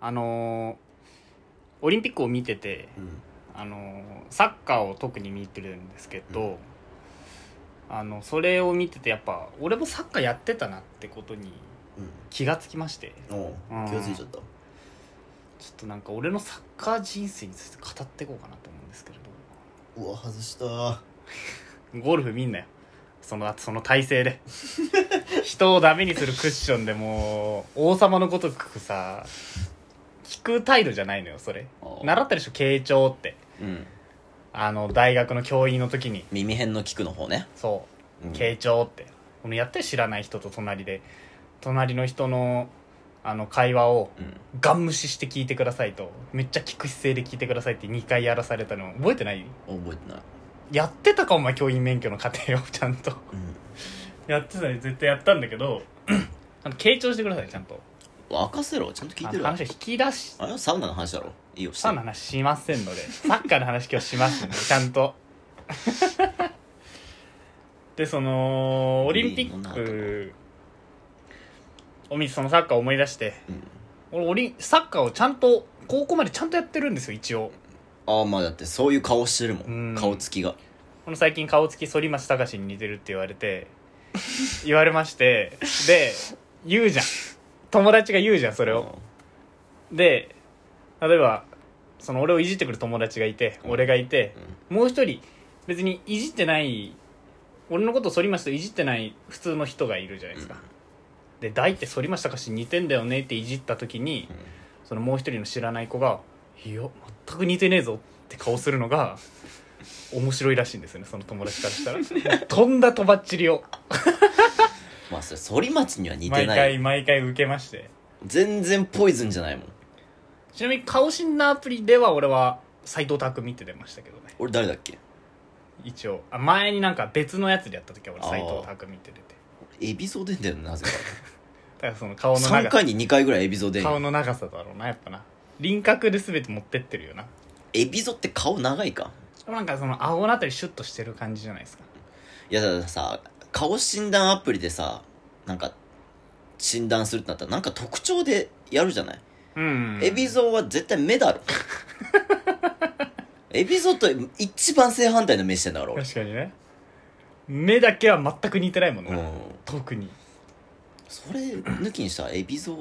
あのーオリンピックを見てて、うんあのーサッカーを特に見てるんですけど、あのそれを見ててやっぱ俺もサッカーやってたなってことに気がつきましてうんおううん気が付いちゃったちょっとなんか俺のサッカー人生について語っていこうかなと思うんですけれうわ外したどゴルフ見んなよそのその体勢で人をダメにするクッションでもう王様のごとくさ聞く態度じゃないのよそれおう習ったでしょ傾聴ってうんあの大学の教員の時に耳辺の聞くの方ねそううん傾聴ってこのやって知らない人と隣で隣の人のあの会話をうんガン無視して聞いてくださいとめっちゃ聞く姿勢で聞いてくださいって2回やらされたの覚えてない覚えてないやってたかお前教員免許の課程を ちゃんとうんやってたね絶対やったんだけど あの傾聴してくださいちゃんと任せろちゃんと聞いてあのるわ話を引き出しあれはサウナの話だろいいよしてサウナの話しません のでサッカーの話今日しますのでちゃんとでそのオリンピックを見てそのサッカーを思い出してうん俺オリンサッカーをちゃんと高校までちゃんとやってるんですよ一応ああまあだってそういう顔してるもうんん顔つきがこの最近顔つき反町隆史に似てるって言われて 言われましてで言うじゃん友達が言うじゃんそれをで例えばその俺をいじってくる友達がいてうん俺がいて、もう一人別にいじってない俺のことを反町といじってない普通の人がいるじゃないですか、で大って反町隆史似てんだよねっていじった時に、うんそのもう一人の知らない子が「いや全く似てねえぞ」って顔するのが面白いらしいんですよねその友達からした らとんだとばっちりをまあそれ反町には似て毎ない回毎回受けまして全然ポイズンじゃないもんちなみに顔診断アプリでは俺は斎藤匠って出ましたけどね俺誰だっけ一応あ前になんか別のやつでやった時は俺斎藤匠って出てエビゾ出てんのなぜかだからその顔の3長さ回に2回ぐらいエビゾ出んよ顔の長さだろうなやっぱな輪郭で全て持ってってるよなエビゾって顔長いかしかもなんかその顎のあたりシュッとしてる感じじゃないですかいやだからさ顔診断アプリでさなんか診断するってなったらなんか特徴でやるじゃないうん海老蔵は絶対 目だろ海老蔵と一番正反対の目してんだから俺確かにね目だけは全く似てないもんね、うん特にそれ抜きにしたら海老蔵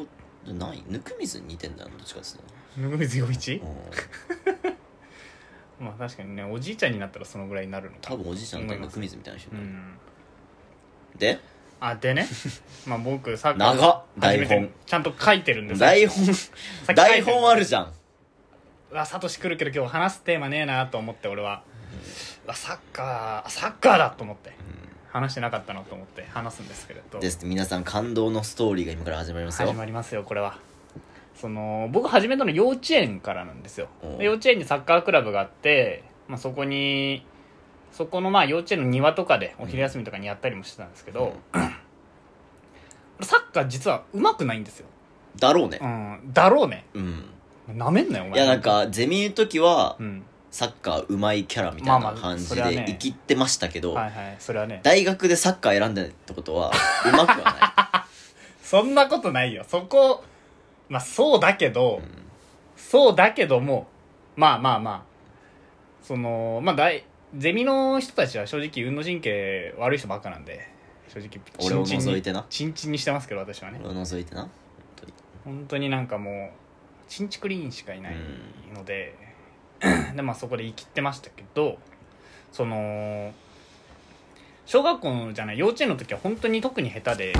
じゃないぬくみずに似てんだよどっちかっつうぬぐみずよいちとうんまあ確かにねおじいちゃんになったらそのぐらいになるのか多分おじいちゃんとぬくみずみたいな人うだよんであで ねまあ僕さっき長っ初め台て本ちゃんと書いてるんですよ台本さっき書いて台本あるじゃんうわサトシ来るけど今日話すテーマねえなと思って俺は、うわサッカーサッカーだと思って、話してなかったなと思って話すんですけれどですって皆さん感動のストーリーが今から始まりますよ始まりますよこれはその僕始めたの幼稚園からなんですようんで幼稚園にサッカークラブがあって、まあ、そこにそこのまあ幼稚園の庭とかでお昼休みとかにやったりもしてたんですけど、サッカー実はうまくないんですよ、だろうねうん、だろうねうんなめんなよおい前やなんかゼミの時はうんサッカーうまいキャラみたいまあなまあ感それじはねで生きってましたけどはいはいそれはね大学でサッカー選んだってことはうまくはなそんなことないよそこまあそうだけど、い、うんそうだけども、まあまあまあ、その、まあ大、ゼミの人たちは正直運動神経悪い人ばっかなんで、正直、 俺をチンチンに除いてなチンチンにしてますけど、私はね。俺を除いてな本当になんかもう、チンチクリーンしかいないので、で、まあそこで生きってましたけど、その、小学校のじゃない、幼稚園の時は本当に特に下手で、うん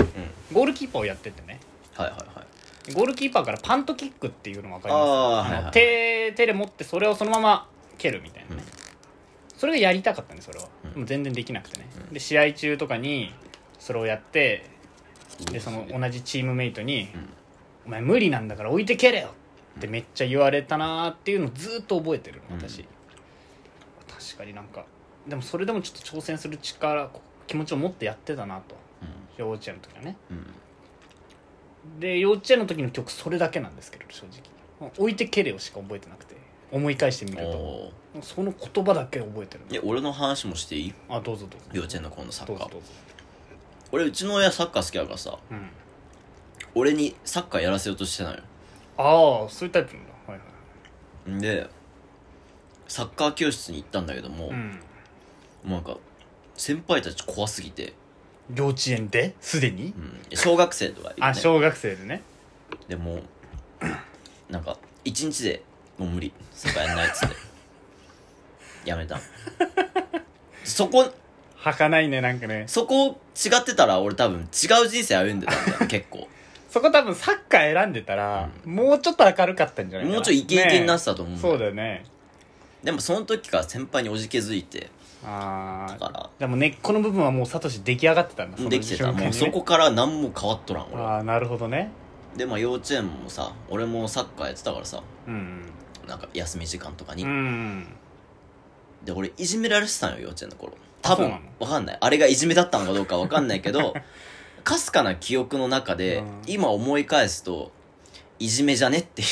ゴールキーパーをやっててね。はいはいはいゴールキーパーからパントキックっていうの分かりますああーのはいはい手手で持ってそれをそのまま蹴るみたいなね、それがやりたかったんですそれは、うんでも全然できなくてね、うんで試合中とかにそれをやってでそのうん同じチームメイトにうん「お前無理なんだから置いて蹴れよ」ってめっちゃ言われたなーっていうのをずーっと覚えてるの私、うん確かになんかでもそれでもちょっと挑戦する力こう気持ちを持ってやってたなと幼稚園の時はねうんで幼稚園の時の曲それだけなんですけど正直置いてけれよしか覚えてなくて思い返してみるとおーその言葉だけ覚えてるえ俺の話もしていいあどうぞどうぞ幼稚園の頃のサどッうカぞーどうぞ俺うちの親サッカー好きだからさうん俺にサッカーやらせようとしてたのよああそういうタイプなんだはいでサッカー教室に行ったんだけども、はい、うん、もうなんか先輩たち怖すぎて、幼稚園ですでにうん、小学生とかいるねあ小学生でねでもうなんか一日でもう無理サッカーやんないっつって やめたそこ儚ないねなんかねそこ違ってたら俺多分違う人生歩んでたんだよ結 構そこ多分サッカー選んでたら、もうちょっと明るかったんじゃないかなもうちょいイケイケになってたたと思うんだよそうだよねでもその時から先輩におじけづいてあだあかでも根っこの部分はもうサトシ出来上がってたんだそらのできてた瞬間にもねうそこから何も変わっとらん俺ああなるほどねでまあ幼稚園もさ俺もサッカーやってたからさうんなんか休み時間とかうに、んうんで俺いじめられてたのよ幼稚園の頃あ多そう分なのわかんないあれがいじめだったのかどうかわかんないけど かすかな記憶の中で、うん今思い返すといじめじゃねってい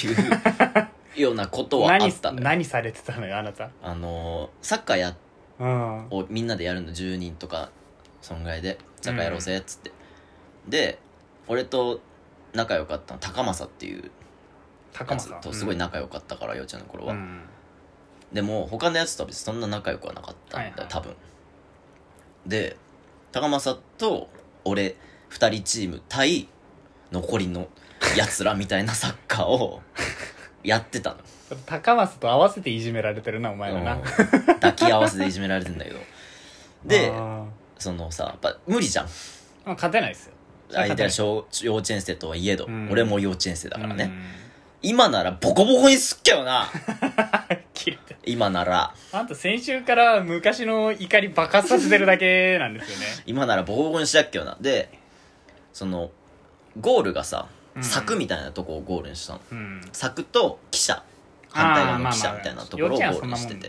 うようなことはあ何ったのよ何されてたのよあなたあのーサッカーやうんをみんなでやるの10人とかそんぐらいでサッカーやろうぜっつって、で俺と仲良かったの高政っていう高や松つさんとすごい仲良かったから、幼稚園の頃うは、んでも他のやつとは別にそんな仲良くはなかったんだよ、はいはい多分で高政と俺2人チーム対残りのやつらみたいなサッカー をやってたの高松と合わせていじめられてるなお前らうなん抱き合わせでいじめられてんだけどあでーそのさやっぱ無理じゃんまあ勝てないですよ相手は小幼稚園生とはいえど、うん俺も幼稚園生だからね、うん今ならボコボコにすっけよな切れて今ならあんた先週から昔の怒り爆発させてるだけなんですよね今ならボコボコにしたっけよなでそのゴールがさうん柵みたいなとこをゴールにしたの、うん柵と汽車反対側の汽車あーまあまあみたいなところをゴ幼稚園はールにしてそんなも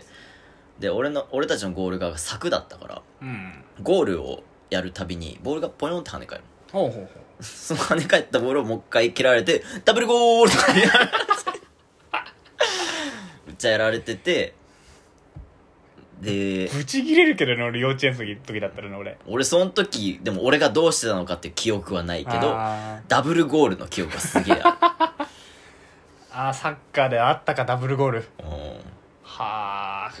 んてでで俺の俺たちのゴール側が柵だったからうんゴールをやるたびにボールがポヨンって跳ね返る ほうほうほうその跳ね返ったボールをもう一回蹴られて、ダブルゴールとかやられて、めっちゃやられてて、で、ぶち切れるけどね俺幼稚園の時だったらね俺俺その時、でも俺がどうしてたのかっていう記憶はないけど、あーダブルゴールの記憶がすげえああーサッカーであったかダブルゴール る。うんはあ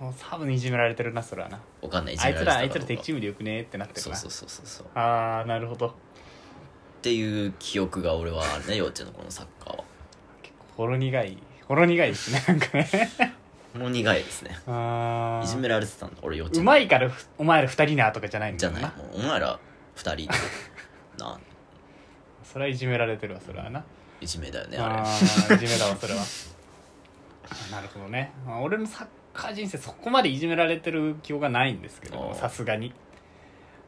もう多分いじめられてるなそれはなわかんない、あいつらあいつじらめれ敵てチームでよくねーってなってたるのなかそうそうそうそうそう。っああなるほどていう記憶が俺は あるね、幼稚園のこのサッカーは。結構ほろ苦いほろ苦いですねなんかねもう苦いですね。あいじあめられてたんだ、俺幼稚う園。まいからふお前ら二人なとかじゃないんじだゃもなんい。もうお前ら二人、 な、それはいじめられてるわそれはないじめだよね、ああれ。ーいじめだわそれはあなるほどね、まあ俺のサッカー人生そこまでいじめられてる記憶がないんですけあどーさすがに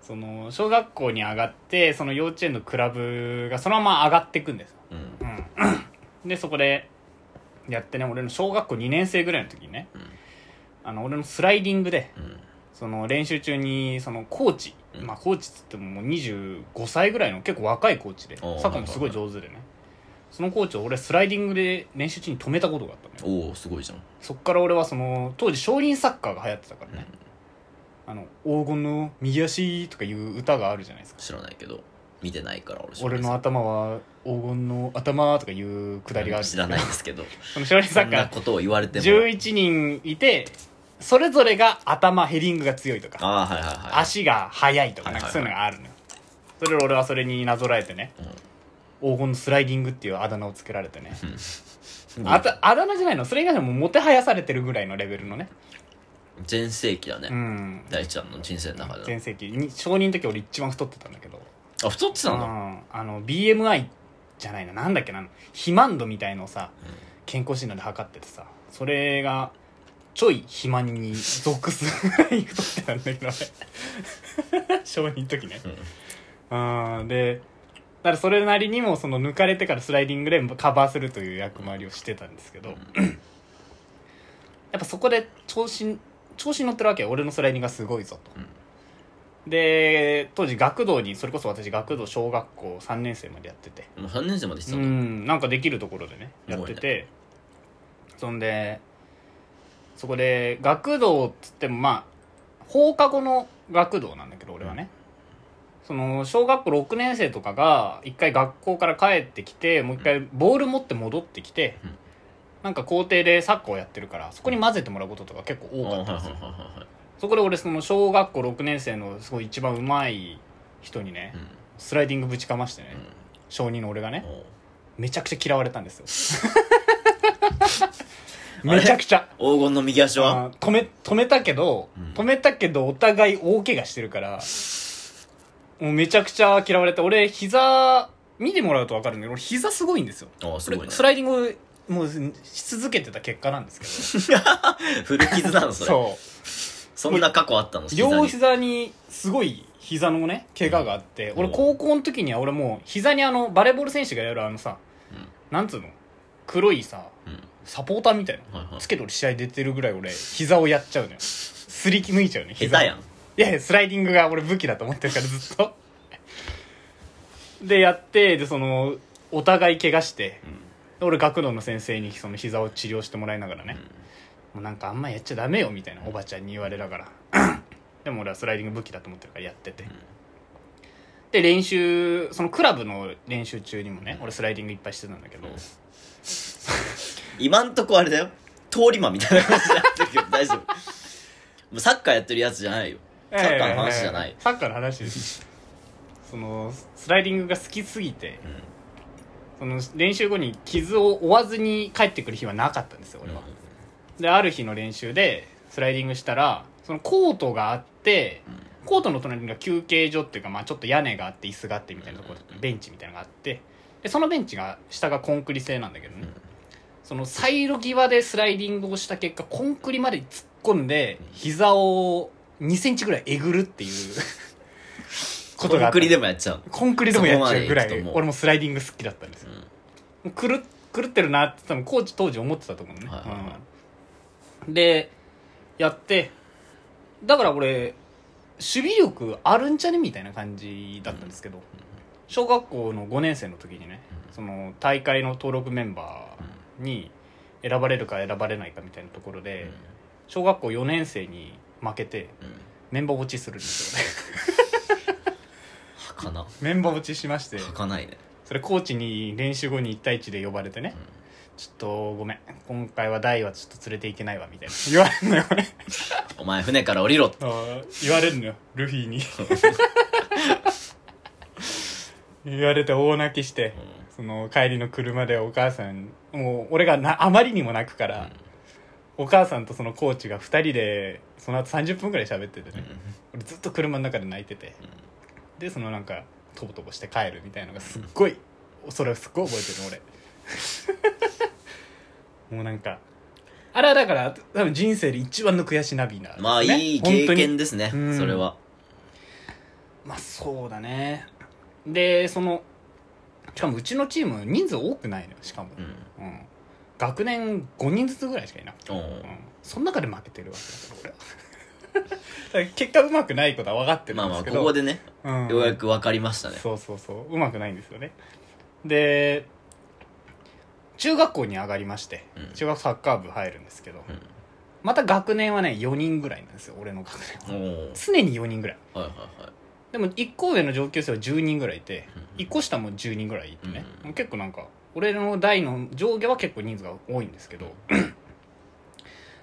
その小学校に上がってその幼稚園のクラブがそのまま上がっていくんですうん。うん、でそこでやってね俺の小学校2年生ぐらいの時にね、うんあの俺のスライディングでうんその練習中にそのコーチ、うんまあコーチっつってももう25歳ぐらいの結構若いコーチでサおッーカーもすごい上手でねそのコーチを俺スライディングで練習中に止めたことがあったのよおおすごいじゃんそっから俺はその当時少林サッカーが流行ってたからね、あの黄金の右足とかいう歌があるじゃないですか知らないけど見てないから俺俺の頭は黄金の頭とかいうくだりがあるんです知けどらないで すけどその少林サそッんカーなことを言われても11人いてそれぞれが頭ヘディングが強いとかああはいはいはい足が速いとかなんかはいそはういいうはいのがあるのよそれを俺はそれになぞらえてね黄金のスライディングっていうあだ名をつけられてねうんあたあだ名じゃないのそれ以外でももてはやされてるぐらいのレベルのね全盛期だね、うん大ちゃんの人生の中で全盛期に小人の時俺一番太ってたんだけどあ太ってうたんだんあの BMI じゃないななんだっけなあの肥満度みたいのをさうん健康診断で測っててさそれがちょい肥満に属するぐらい太ってたんだけどね小児の時ね うんうんでだからそれなりにもその抜かれてからスライディングでカバーするという役回りをしてたんですけど、やっぱそこで調子調子に乗ってるわけよ俺のスライディングがすごいぞと、で当時学童にそれこそ私学童小学校3年生までやっててもう3年生までしたうんだんなんかできるところでねやってすて、そんでそこで学童っつってもまあ放課後の学童なんだけど俺はね、その小学校6年生とかが一回学校から帰ってきてもう一回ボール持って戻ってきて、うんなんか校庭でサッカーをやってるからそこに混ぜてもらうこととか結構多かったんですよ、そこで俺その小学校6年生のすごい一番うまい人にね、スライディングぶちかましてね、小2の俺がねめちゃくちゃ嫌われたんですよ あれめちゃくちゃ黄金の右足はあー止め止めたけど、うん止めたけどお互い大怪我してるからもうめちゃくちゃ嫌われて俺膝見てもらうと分かるんだけど俺膝すごいんですよああすごいねスライディングもうし続けてた結果なんですけど古傷なのそれそうそんな過去あったの膝両に膝にすごい膝のね怪我があって、うん俺高校の時には俺もう膝にあのバレーボール選手がやるあのさ、うんなんつうの黒いさうんサポーターみたいなはいはいつけて俺試合出てるぐらい俺膝をやっちゃうのよすり抜いちゃうね下手やんいやいやスライディングが俺武器だと思ってるからずっとでやってでそのお互い怪我してうんで俺学童の先生にその膝を治療してもらいながらね、もうなんかあんまやっちゃダメよみたいなおばちゃんに言われながら でも俺はスライディング武器だと思ってるからやってて、で練習そのクラブの練習中にもね俺スライディングいっぱいしてたんだけど、うん今んとこあれだよ通り魔みたいな感じになってるけど大丈夫もうサッカーやってるやつじゃないよサッカーの話じゃなえいえサッカーの話ですそのスライディングが好きすぎてうんその練習後に傷を負わずに帰ってくる日はなかったんですよ俺は、である日の練習でスライディングしたらそのコートがあってうんコートの隣が休憩所っていうか、まあ、ちょっと屋根があって椅子があってみたいなところうんうんうんベンチみたいなのがあってでそのベンチが下がコンクリ製なんだけどね、うんそのサイロ際でスライディングをした結果コンクリまで突っ込んで膝を2センチぐらいえぐるってい うことがあコンったクリでもやっちゃうコンクリでもやっちゃうぐらそこいまで行くともう俺もスライディング好きだったんですよもう狂っ狂ってるなって多分コーチ当時思ってたと思うね、はいはいはうんでやってだから俺守備力あるんじゃねみたいな感じだったんですけど、小学校の5年生の時にね、うんその大会の登録メンバーに選ばれるか選ばれないかみたいなところで、小学校4年生に負けてメンバー落ちするんですよ ねはかなメンバー落ちしましてはかないねそれコーチに練習後に1対1で呼ばれてね、ちょっとごめん今回は大はちょっと連れていけないわみたいな 言われるのよねお前船から降りろってあー言われるのよルフィに 言われて大泣きしてその帰りの車でお母さんもう俺がなあまりにも泣くから、お母さんとそのコーチが2人でその後30分ぐらい喋っててね、俺ずっと車の中で泣いてて、でそのなんかとぼとぼして帰るみたいなのがすっごいそれをすっごい覚えてる俺 もうなんかあれはだから多分人生で一番の悔し涙なんです、ね、まあいい本当経に験ですねうんそれはまあそうだねでそのしかもうちのチーム人数多くないのよしかも、うんうん学年5人ずつぐらいしかいなくておう、うんその中で負けてるわけだから俺は だから結果うまくないことは分かってるまあんでまあすけこどこでねうんようやく分かりましたねそうそうそううまくないんですよねで中学校に上がりまして、うん中学サッカー部入るんですけど、うんまた学年はね4人ぐらいなんですよ俺の学年はおお常に4人ぐらいはいはいはいでも1校上の上級生は10人ぐらいいてうん1個下も10人ぐらいいてね、うん結構なんか俺の代の上下は結構人数が多いんですけど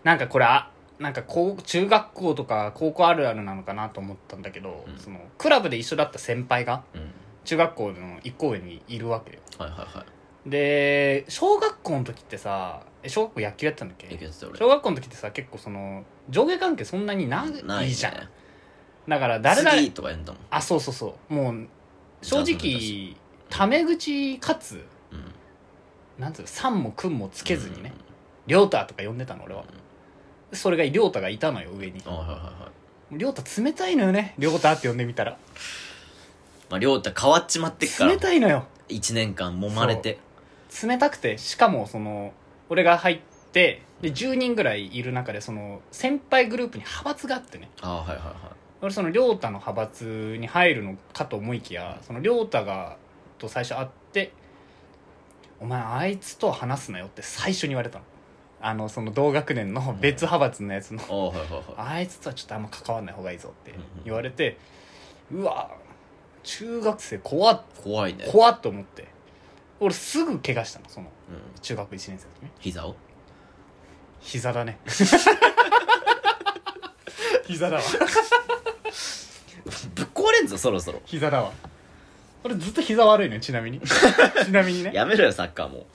なんかこれあなんか高中学校とか高校あるあるなのかなと思ったんだけど、うんそのクラブで一緒だった先輩がうん中学校の一校上にいるわけよはいはいはで小学校の時ってさえ小学校野球やってたんだっいいいけけてた俺小学校の時ってさ結構その上下関係そんなになないいねじゃんだから誰次々とかやんだもんあそうそうそうもう正直タメ口かつうんなんつうの「さん」も「くん」もつけずにね「りょうた」とか呼んでたの俺はそれがりょうたがいたのよ上にうんはいはいはいはいりょうた冷たいのよねりょうたって呼んでみたらまあ亮太変わっちまってっから冷たいのよ1年間揉まれて冷たくてしかもその俺が入ってで10人ぐらいいる中でその先輩グループに派閥があってねああはいはいは俺その亮太の派閥に入るのかと思いきやその亮太がと最初会って「お前あいつとは話すなよ」って最初に言われたのあのその同学年の別派閥のやつのいああはいはいはいあいつとはちょっとあんま関わんない方がいいぞって言われてうわ中学生怖っ怖いね、怖っと思って俺すぐ怪我したのそのうん、中学1年生の時ね膝を 膝だね 膝だわぶっ壊れんぞそろそろ膝だわ俺ずっと膝悪いのよちなみ にちなみにねやめろよサッカーも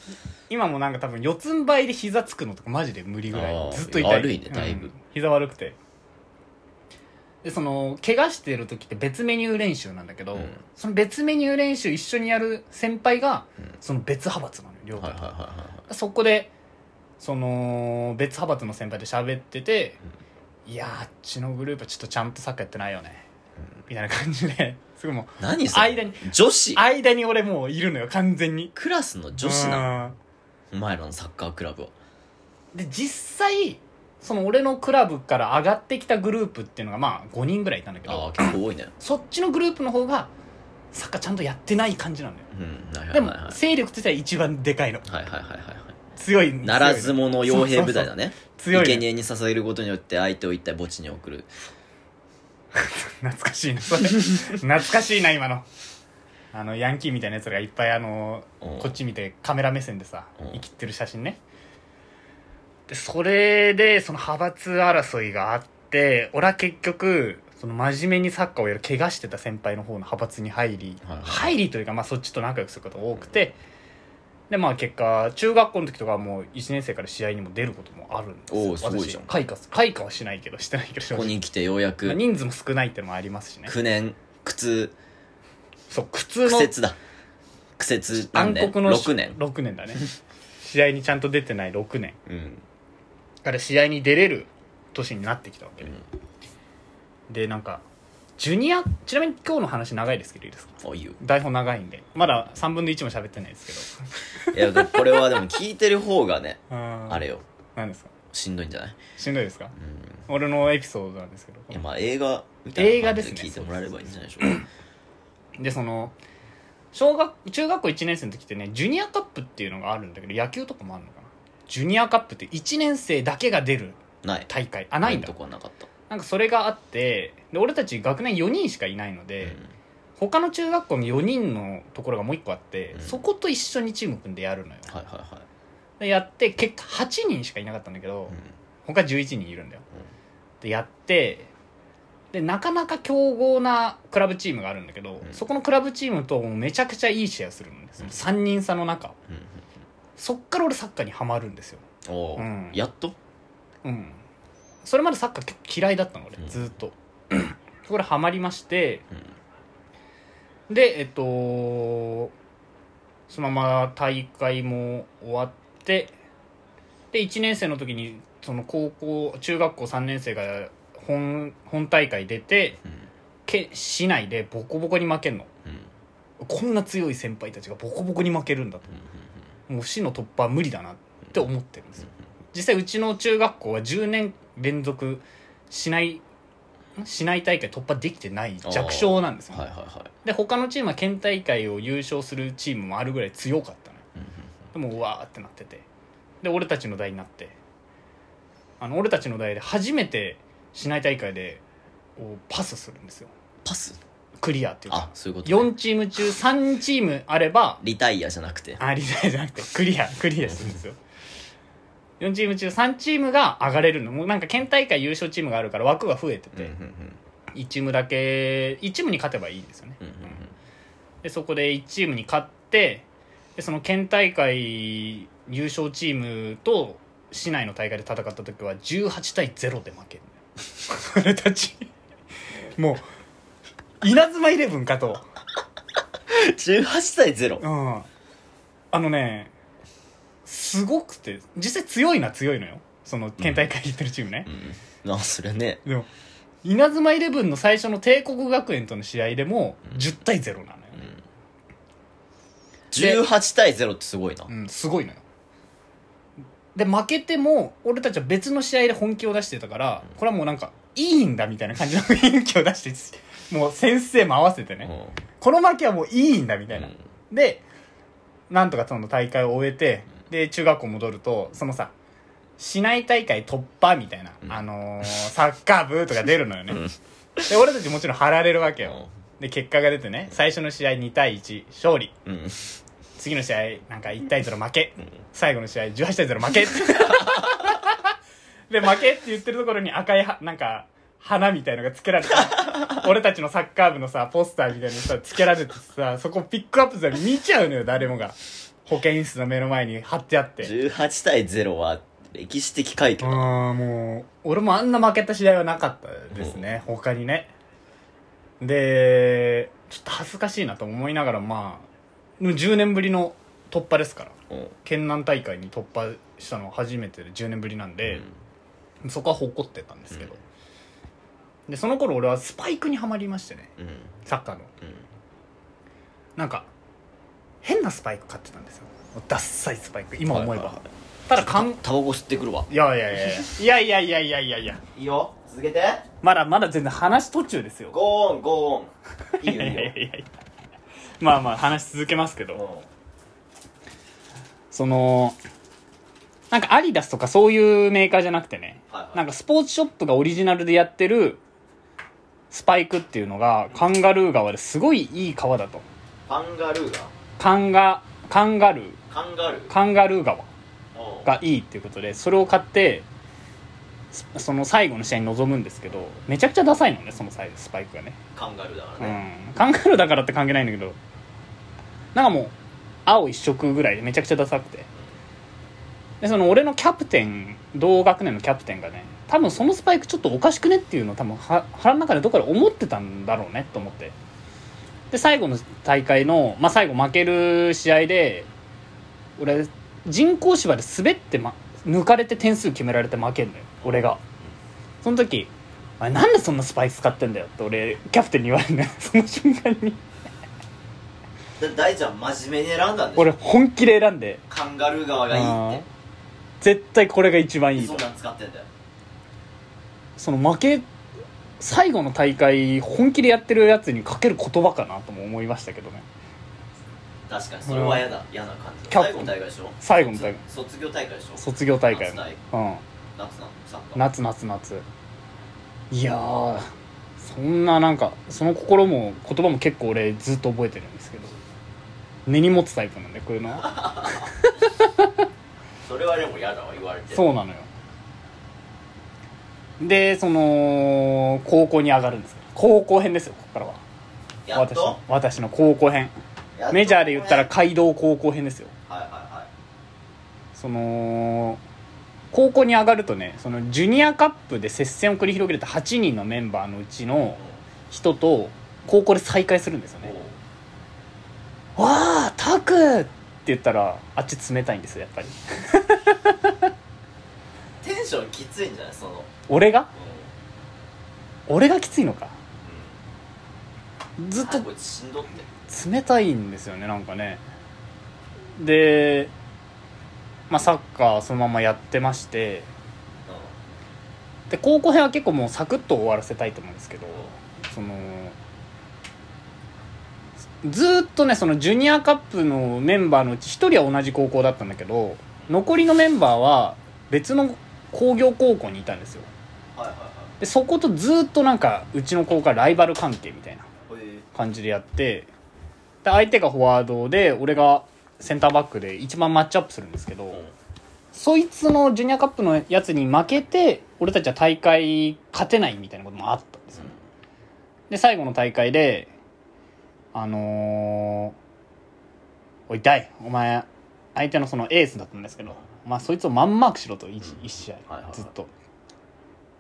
今もなんか多分四つん這いで膝つくのとかマジで無理ぐらあいーずっと痛い悪いねだいぶうん膝悪くてでその怪我してる時って別メニュー練習なんだけど、うんその別メニュー練習一緒にやる先輩が、うんその別派閥なのよ両はい方、はいはいはいはいそこでその別派閥の先輩で喋ってて、いやーあっちのグループはちょっとちゃんとサッカーやってないよね、みたいな感じですごいもう何それ間に女子間に俺もういるのよ完全にクラスの女子なのうんお前らのサッカークラブはで実際その俺のクラブから上がってきたグループっていうのがまあ5人ぐらいいたんだけああど結構多いねそっちのグループの方がサッカーちゃんとやってない感じなんだようんはいはでいもはいはい勢力としては一番でかいのはいはいはいはいはい強いならず者傭兵部隊だね強い生ね贄に捧げることによって相手を一体墓地に送る 懐かしいなそれ懐かしいな今のあのヤンキーみたいなやつらがいっぱいあのうんこっち見てカメラ目線でさうん生きてる写真ねでそれでその派閥争いがあって俺は結局その真面目にサッカーをやる怪我してた先輩の方の派閥に入り、はいはい入りというか、まあ、そっちと仲良くすることが多くて、でまあ結果中学校の時とかはもう1年生から試合にも出ることもあるんですよおうすごいじゃん私開花す開花はしないけどしてないけどここに来てようやまあく人数も少ないってのもありますしね9年苦痛そう苦痛苦の節だ苦節何暗年黒の6年6年だね 試合にちゃんと出てない6年うんから試合に出れる年になってきたわけで、でなんかジュニアちなみに今日の話長いですけどいいですかあいいよ台本長いんでまだ3分の1も喋ってないですけいやでもこれはでも聞いてる方がねどああれよ何ですかしんどいんじゃないしんどいですかうん俺のエピソードなんですけどいやまあ映画みたいな感じ映画ですでね聞いてもらえればいいんじゃないでしょうかでその小学中学校1年生の時ってねジュニアカップっていうのがあるんだけど野球とかもあるのかなジュニアカップって1年生だけが出るない大会あないん俺だのとこはなかったなんかそれがあってで俺たち学年4人しかいないので、うん他の中学校の4人のところがもう1個あって、うんそこと一緒にチーム組んでやるのよはいはいはいでやって結果8人しかいなかったんだけど、う他11人いるんだよでやってでなかなか強豪なクラブチームがあるんだけど、うんそこのクラブチームともうめちゃくちゃいい試合をするんですよ、うん3人差の中んうんそっから俺サッカーにはまるんですようんおおうんやっとうんそれまでサッカー結構嫌いだったの俺、うんずーっとそこでハマりましてうんでえっとそのまま大会も終わってで1年生の時にその高校中学校3年生が本本大会出てうんけ市内でボコボコに負けんのうんこんな強い先輩たちがボコボコに負けるんだとうんうんもう市の突破は無理だなって思ってるんですうんよ実際うちの中学校は10年連続市内ん市内大会突破できてない弱小なんですうよんねはいはいはいで他のチームは県大会を優勝するチームもあるぐらい強かったのようんうんでもううわーってなっててで俺たちの代になってあの俺たちの代で初めて市内大会でこうパスするんですよパスクリアっていうあかそういうことね4チーム中3チームあればリタイアじゃなくてあリタイアじゃな くてクリアクリアするんですよ4チーム中3チームが上がれるのもうなんか県大会優勝チームがあるから枠が増えてうんうんて、1チームだけ1チームに勝てばいいんですよねうんうんでそこで1チームに勝ってでその県大会優勝チームと市内の大会で戦った時は18対0で負ける のよ俺たちもう稲妻イレブンかと、うん18対0うん、あのねすごくて実際強いのは強いのよその県大会行ってるチームねう、んまあそれねでも稲妻イレブンの最初の帝国学園との試合でも10対0なのよ、うん18対0ってすごいなうん、すごいのよで負けても俺たちは別の試合で本気を出してたからこれはもうなんかいいんだみたいな感じの雰囲気を出してもう先生も合わせてね、うんこの負けはもういいんだみたいな、うんでなんとかその大会を終えてで中学校戻るとそのさ市内大会突破みたいな、うんあのーサッカー部とか出るのよね、んで俺たちもちろん貼られるわけよ、うで結果が出てね最初の試合2対1勝利うんうん次の試合なんか1対0負け最後の試合18対0負け で負けって言ってるところに赤いはなんか花みたいのがつけられた俺たちのサッカー部のさポスターみたいなのさつけられててさそこピックアップされ見ちゃうのよ誰もが保健室の目の前に貼ってあって18対0は歴史的快挙ああもう俺もあんな負けた試合はなかったですね、他にねでちょっと恥ずかしいなと思いながらまあでも10年ぶりの突破ですからうん県南大会に突破したの初めてで10年ぶりなんで、そこは誇ってたんですけど、でその頃俺はスパイクにはまりましてねうんサッカーのうんなんか変なスパイク買ってたんですよダッサいスパイク今思えば、はいはいはいただかんタバコ吸ってくるわいやいやいやいやいやいやいやいやいやいいよ続けてまだまだ全然話途中ですよゴーオンゴーオンいいいよやいいいやよいやいやまあまあ話し続けますけうど んそのなんかアディダスとかそういうメーカーじゃなくてねはいはいなんかスポーツショップがオリジナルでやってるスパイクっていうのがカンガルー革ですごいいい革だとカンガルーがカンガカンガルーカンガルーカンガルー革おうがいいっていうことでそれを買ってすその最後の試合に臨むんですけどめちゃくちゃダサいのねその際スパイクがねカンガルーだからうねんカンガルーだからって関係ないんだけどなんかもう青一色ぐらいでめちゃくちゃダサくてでその俺のキャプテン同学年のキャプテンがね多分そのスパイクちょっとおかしくねっていうのを多分は腹の中でどこかで思ってたんだろうねと思ってで最後の大会の、まあ、最後負ける試合で俺人工芝で滑って、ま、抜かれて点数決められて負けんのよ俺がその時「お前なんでそんなスパイス使ってんだよ」って俺キャプテンに言われるのよ その瞬間にで大ちゃん真面目に選んだんでしょ俺本気で選んでカンガルー側がいいっ絶対これが一番ていいそとんなん使ってんだよその負け最後の大会本気でやってるやつにかける言葉かなとも思いましたけどね確かにそれは嫌だ嫌な感じキャプ最後の大会でしょ最後の大会卒卒業大会でしょ卒業大会夏大うん夏なのサッカー夏夏夏いやーそんななんかその心も言葉も結構俺ずっと覚えてるんですけど根に持つタイプなんでこういうのはそれはでも嫌だわ言われてそうなのよでその高校に上がるんですけど高校編ですよここからはやっ私のと私の高校編やっとメジャーで言ったらはい街道高校編ですよはいはその高校に上がるとねそのジュニアカップで接戦を繰り広げると8人のメンバーのうちの人と高校で再会するんですよいね「わあタク!」って言ったらあっち冷たいんですよやっぱりおテンションきついんじゃないその俺がう俺がきついのかんずっあとこいつしんどって冷たいんですよねなんかねで、まあ、サッカーそのままやってましてうで高校編は結構もうサクッと終わらせたいと思うんですけどんそのずーっとねそのジュニアカップのメンバーのうち1人は同じ高校だったんだけど残りのメンバーは別の工業高校にいたんですよはいはいでそことずーっとなんかうちの高校はライバル関係みたいなはいへえ感じでやってで相手がフォワードで俺がセンターバックで一番マッチアップするんですけど、うんそいつのジュニアカップのやつに負けて俺たちは大会勝てないみたいなこともあったんですよねで最後の大会であのー「おい大お前相手のそのエースだったんですけど、まあ、そいつをマンマークしろと 1, 試合、はいはいはいずっと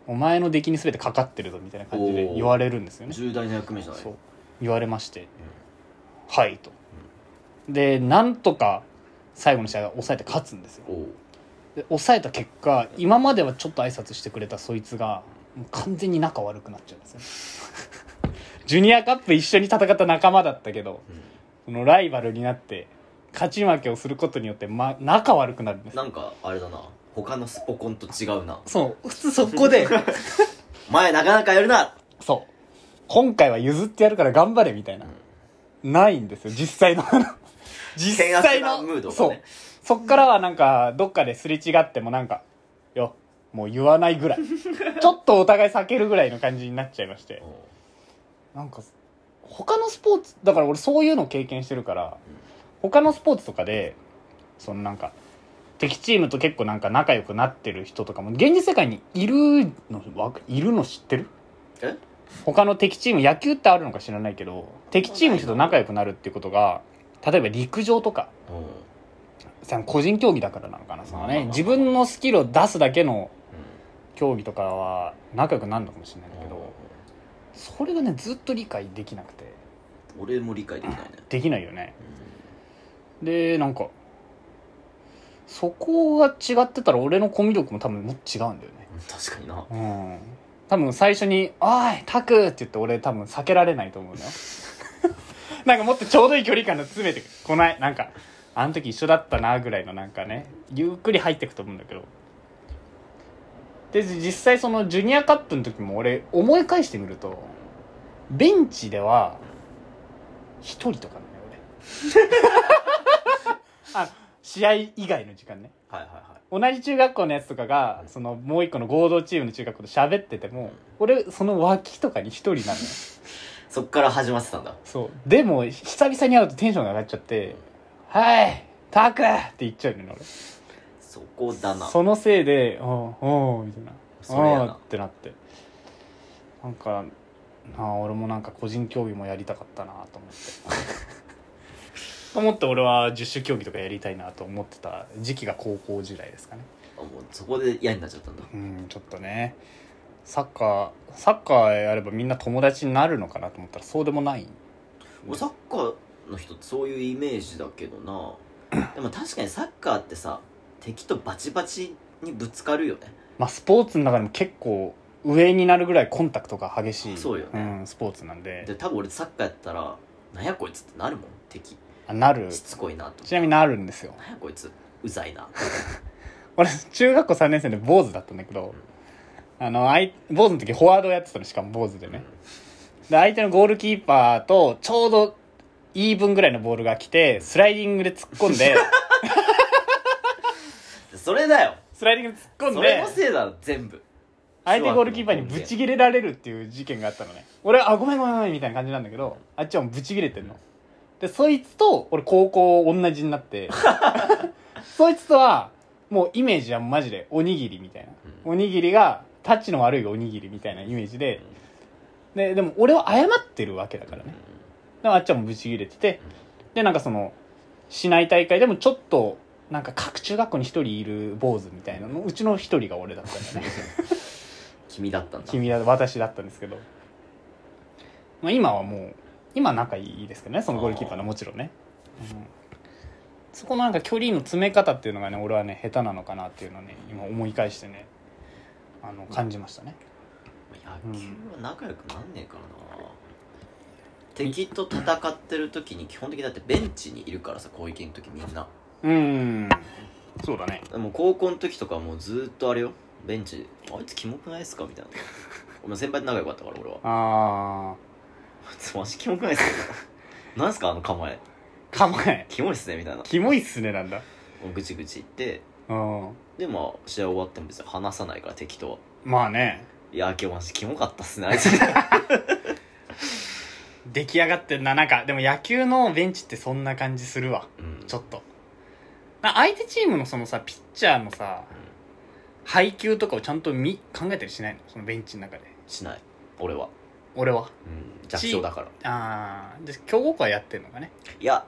お前の出来に全てかかってるぞみたいな感じで言われるんですよね重大な役目じゃないそう言われまして、はいと、でなんとか最後の試合は抑えて勝つんですよおうで抑えた結果今まではちょっと挨拶してくれたそいつがもう完全に仲悪くなっちゃうんですよ ジュニアカップ一緒に戦った仲間だったけどそのライバルになって勝ち負けをすることによって、ま、仲悪くなるんですなんかあれだな他のスポコンと違うなそう普通そこで前なかなかやるなそう今回は譲ってやるから頑張れみたいな、ないんですよ実 際のあの実険悪なムードそがうねそっからはなんかどっかですれ違ってもなんかよもう言わない ぐらいちょっとお互い避けるぐらいの感じになっちゃいましてうんなんか他のスポーツだから俺そういうの経験してるから他のスポーツとかでそのなんか敵チームと結構なんか仲良くなってる人とかも現実世界にいるのわいるの知ってるえ他の敵チーム野球ってあるのか知らないけど敵チームの人と仲良くなるっていうことが例えば陸上とかうんうんさ個人競技だからなのかなそのまあまあねまあ自分のスキルを出すだけの競技とかは仲良くなるのかもしれないんだけどそれがねずっと理解できなくて俺も理解できないねできないよねでなんかそこが違ってたら俺のコミュ力も多分もっと違うんだよねうん確かになうん多分最初に「おいタク!」って言って俺多分避けられないと思うのよなんかもっとちょうどいい距離感で詰めてこないなんかあの時一緒だったなぐらいのなんかねゆっくり入ってくと思うんだけどでじ実際そのジュニアカップの時も俺思い返してみるとベンチでは一人とかなのよ俺あの試合以外の時間ねはいはいは同じ中学校のやつとかがそのもう一個の合同チームの中学校と喋ってても俺その脇とかに一人なのよいそっから始まってたんだそうでも久々に会うとテンションが上がっちゃって「はいタク!」って言っちゃうのよねそこだ俺なそのせいで「おうおう」みたいな「それやなおうってなってなんかなあ俺もなんか個人競技もやりたかったなと思って と思って俺は十種競技とかやりたいなと思ってた時期が高校時代ですかねあもうそこで嫌になっちゃったんだうんちょっとねサッカーサッカーやればみんな友達になるのかなと思ったらそうでもない俺サッカーの人ってそういうイメージだけど なでも確かにサッカーってさ敵とバチバチにぶつかるよねまあスポーツの中でも結構上になるぐらいコンタクトが激しいそうよねん、スポーツなんでで多分俺サッカーやったら「なんやこいつ」ってなるもん敵あなるしつこいなとちなみになるんですよなんやこいつうざいな俺中学校3年生で坊主だったんだけどあのあい坊主の時フォワードやってたのしかも坊主でねで相手のゴールキーパーとちょうどイーブンぐらいのボールが来てスライディングで突っ込ん ででそれだよスライディングで突っ込んでそれのせいだろ全部相手ゴールキーパーにブチギレられるっていう事件があったのね俺はあごめんごめんごめんみたいな感じなんだけどあっちはもうブチギレてんのでそいつと俺高校同じになって そいつとはもうイメージはマジでおにぎりみたいなおにぎりがタッチの悪いおにぎりみたいなイメージでででも俺は謝ってるわけだからねであっちゃんもブチギレててでなんかその市内大会でもちょっとなんか各中学校に一人いる坊主みたいなのうちの一人が俺だったからね君だったんだ君だ私だったんですけど、まあ、今はもう今仲いいですけどねそのゴールキーパーのもちろんね、うんそこのなんか距離の詰め方っていうのがね俺はね下手なのかなっていうのをね今思い返してねあの感じましたね野球は仲良くなんねえからな、敵と戦ってる時に基本的にだってベンチにいるからさ攻撃の時みんなうんそうだねもう高校の時とかもうずーっとあれよベンチあいつキモくないっすかみたいなお前先輩と仲良かったから俺はああいつマジキモくないっすか みたいななんすかあの構えあ構えキモいっすねみたいなキモいっすねなんだぐちぐち言ってうんでまあ試合終わっても別に話さないから敵とはまあねいや今日マジキモかったっすねあいつ出来上がってんななんかでも野球のベンチってそんな感じするわうんちょっとな相手チームのそのさピッチャーのさ配球とかをちゃんと見考えたりしないのそのベンチの中でしない俺は、俺はうん、弱小だからああで強豪校はやってんのかねいや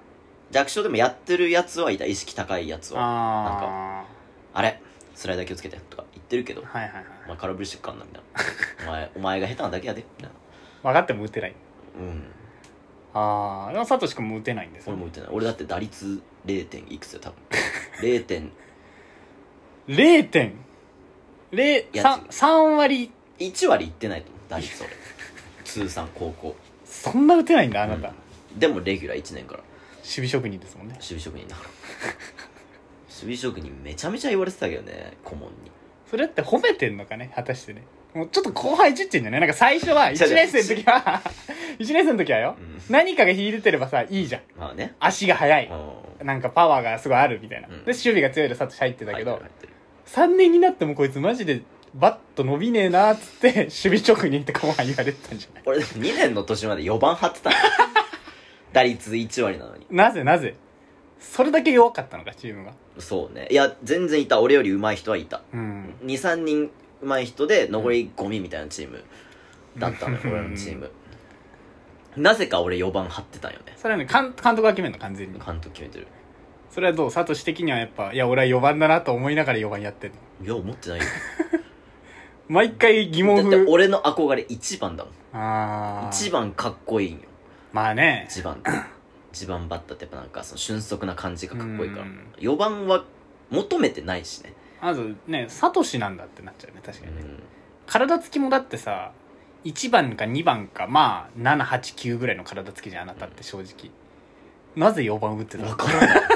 弱小でもやってるやつはいた意識高いやつはああれスライダー気をつけてとか言ってるけどあはいはいはいお前空振りしてっかんなみたいなお前お前が下手なだけやでみたい分かっても打てないなうんああでもサトシ君も打てないんです俺よも打てない俺だって打率 0. 点いくつよ多分 0. 点0点いや違う3割1割いってないと思う打率俺通算高校そんな打てないんだあなた、うんでもレギュラー1年から守備職人ですもんね守備職人だから守備職人めちゃめちゃ言われてたけどね顧問にそれって褒めてんのかね果たしてねもうちょっと後輩いじってんじゃないなんか最初は違う1年生の時は1 年生の時はよ、うん何かが秀でてればさいいじゃんまあね足が速ういん、なんかパワーがすごいあるみたいな、うんで守備が強いでサトシ入ってたけど、入ってる入ってる3年になってもこいつマジでバット伸びねえなっつって 守備職人って後半言われてたんじゃない俺でも2年の年まで4番張って たの打率1割なのになぜなぜそれだけ弱かったのかチームがそうねいや全然いた俺より上手い人はいたうん23人上手い人で残りゴミみたいなチームだったのよ、うん俺のチームなぜか俺4番張ってたんよねそれはね監監督が決めるの完全に監督決めてるそれはどうサトシ的にはやっぱいや俺は4番だなと思いながら4番やってるのいや思ってない よ毎回疑問だって風俺の憧れ1番だもんああ1番かっこいいんよまあね1番って1番バッターってやっぱなんかその俊足な感じがかっこいいからうん4番は求めてないしねまずねサトシなんだってなっちゃうね確かうにね、ん体つきもだってさ1番か2番かまあ789ぐらいの体つきじゃんあなたって正直、なぜ4番打ってた分のからないです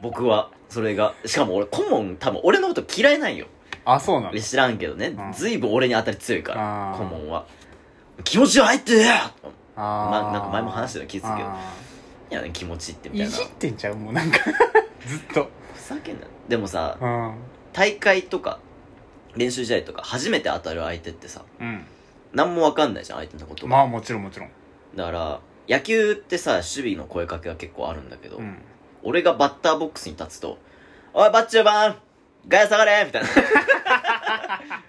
僕はそれがしかも俺顧問多分俺のこと嫌いなんよあそうなの俺知らんけどねうんずいぶん俺に当たり強いからあー顧問は気持ち入ってよあまなんか前も話してたの気づくけどあいや気持ちいいってみーたいいなじっふてんちゃうもうなんか ずっとざけんなでもさうん大会とか練習試合とか初めて当たる相手ってさうん何も分かんないじゃん相手のことがまあもちろんもちろんだから野球ってさ守備の声かけが結構あるんだけど、うん俺がバッターボックスに立つと「おいバッチューバンガヤ下がれ!」み たいな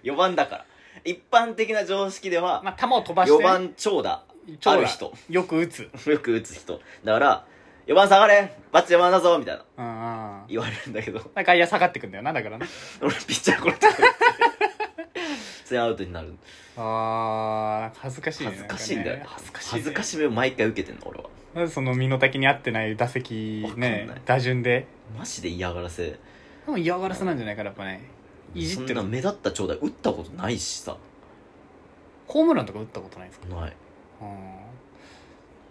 4番だから一般的な常識ではまあ球を飛ばして4番長打長打ある人よく打つ よく打つ人だから「4番下がれバッチューバンだぞ!」みたいなうんうん言われるんだけど なんかいや下がってくんだよなだからね俺ピッチャーこれとか 言って全アウトになるあー恥ずかしいね恥ずかしいんだよ、なんかね恥ずかしい、ね、恥ずかしめを毎回受けてんの俺はなぜその身の丈に合ってない打席わかんないね打順でマジで嫌がらせでも嫌がらせなんじゃないかなやっぱねいじっそんてるな目立った長打打ったことないしさホームランとか打ったことないですかないうん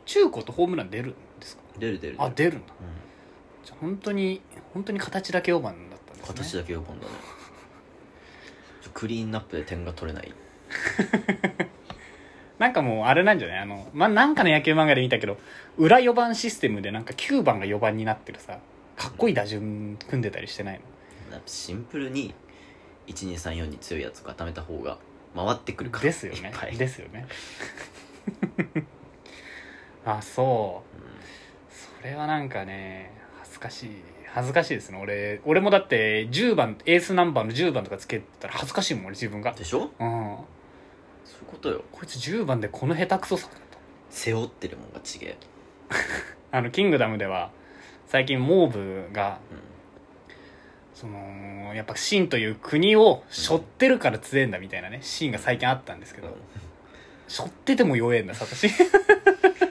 中古とホームラン出るんですか出る出るあ出るんだうんじゃあ本当に本当に形だけ4番だったんですね形だけ喜んだねちょクリーンナップで点が取れないなんかもうあれなんじゃないあの、ま、なんかの野球漫画で見たけど裏4番システムでなんか9番が4番になってるさかっこいい打順組んでたりしてないのシンプルに1234に強いやつを固めた方が回ってくるからですよいねっぱいですよね あそううそれはなんかね恥ずかしい恥ずかしいですね俺俺もだって10番エースナンバーの10番とかつけたら恥ずかしいもん俺自分がんでしょうんそういうことよこいつ10番でこの下手くそさだと背負ってるもんがちげえ、あのキングダムでは最近モーブがうそのやっぱシンという国を背負ってるから強えんだみたいなねシーンが最近あったんですけんど背負ってても弱えんだサトシ背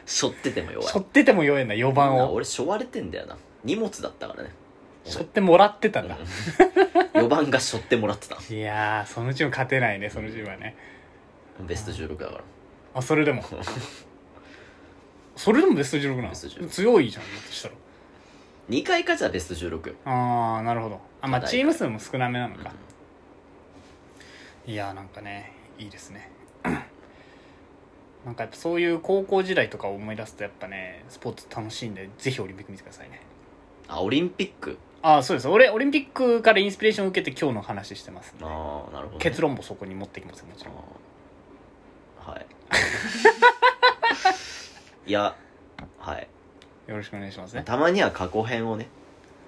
背負ってても弱い負ってても弱えんだ4番みんなを俺背負われてんだよな荷物だったからね背負ってもらってたんだ4番が背負ってもらってたいやーそのチーム勝てないねそのチームはねベスト16だからあそれでもそれでもベスト16なベスト16の強いじゃんだとしたら2回勝ちはベスト16よ、ああなるほどあまあ課題がチーム数も少なめなのうんか、いやーなんかねいいですね なんかやっぱそういう高校時代とかを思い出すとやっぱねスポーツ楽しいんでぜひオリンピック見てくださいねあオリンピックああそうです俺オリンピックからインスピレーションを受けて今日の話してますんでああなるほどね、結論もそこに持ってきますよもちろんはい いやはいよろしくお願いしますねたまには過去編をね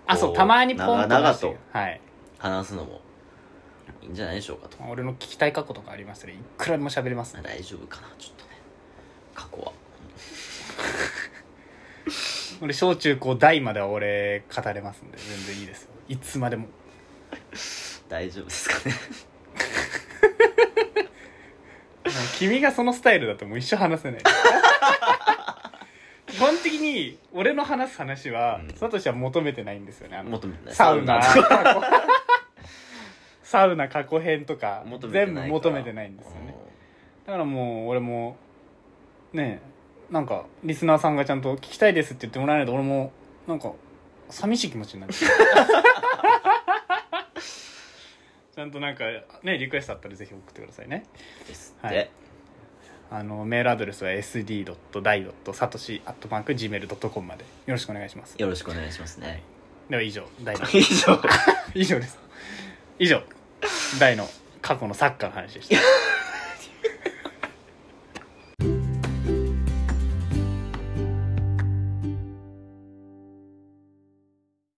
あそうたまにポンと出長々してとはい話すのもいいんじゃないでしょうかと、俺の聞きたい過去とかありましたらいくらでも喋れますまあ、大丈夫かなちょっとね過去は俺小中高大までは俺語れますんで全然いいですよいつまでも大丈夫ですかね もう君がそのスタイルだともう一生話せない 基本的に俺の話す話は、うんサトシは求めてないんですよねあの求めてないサウナサウ過去 サウナ過去編とかナ求めて全ない部から求めてないんですよねだからもう俺もねえなんかリスナーさんがちゃんと「聞きたいです」って言ってもらえないと俺もなんか寂しい気持ちになるちゃんとなんかねリクエストあったらぜひ送ってくださいねうんですって、はいあのメールアドレスは sd.dai.satoshi.gmail.com までよろしくお願いしますよろしくお願いしますね、 では以上大の以上以上です以上大の過去のサッカーの話でした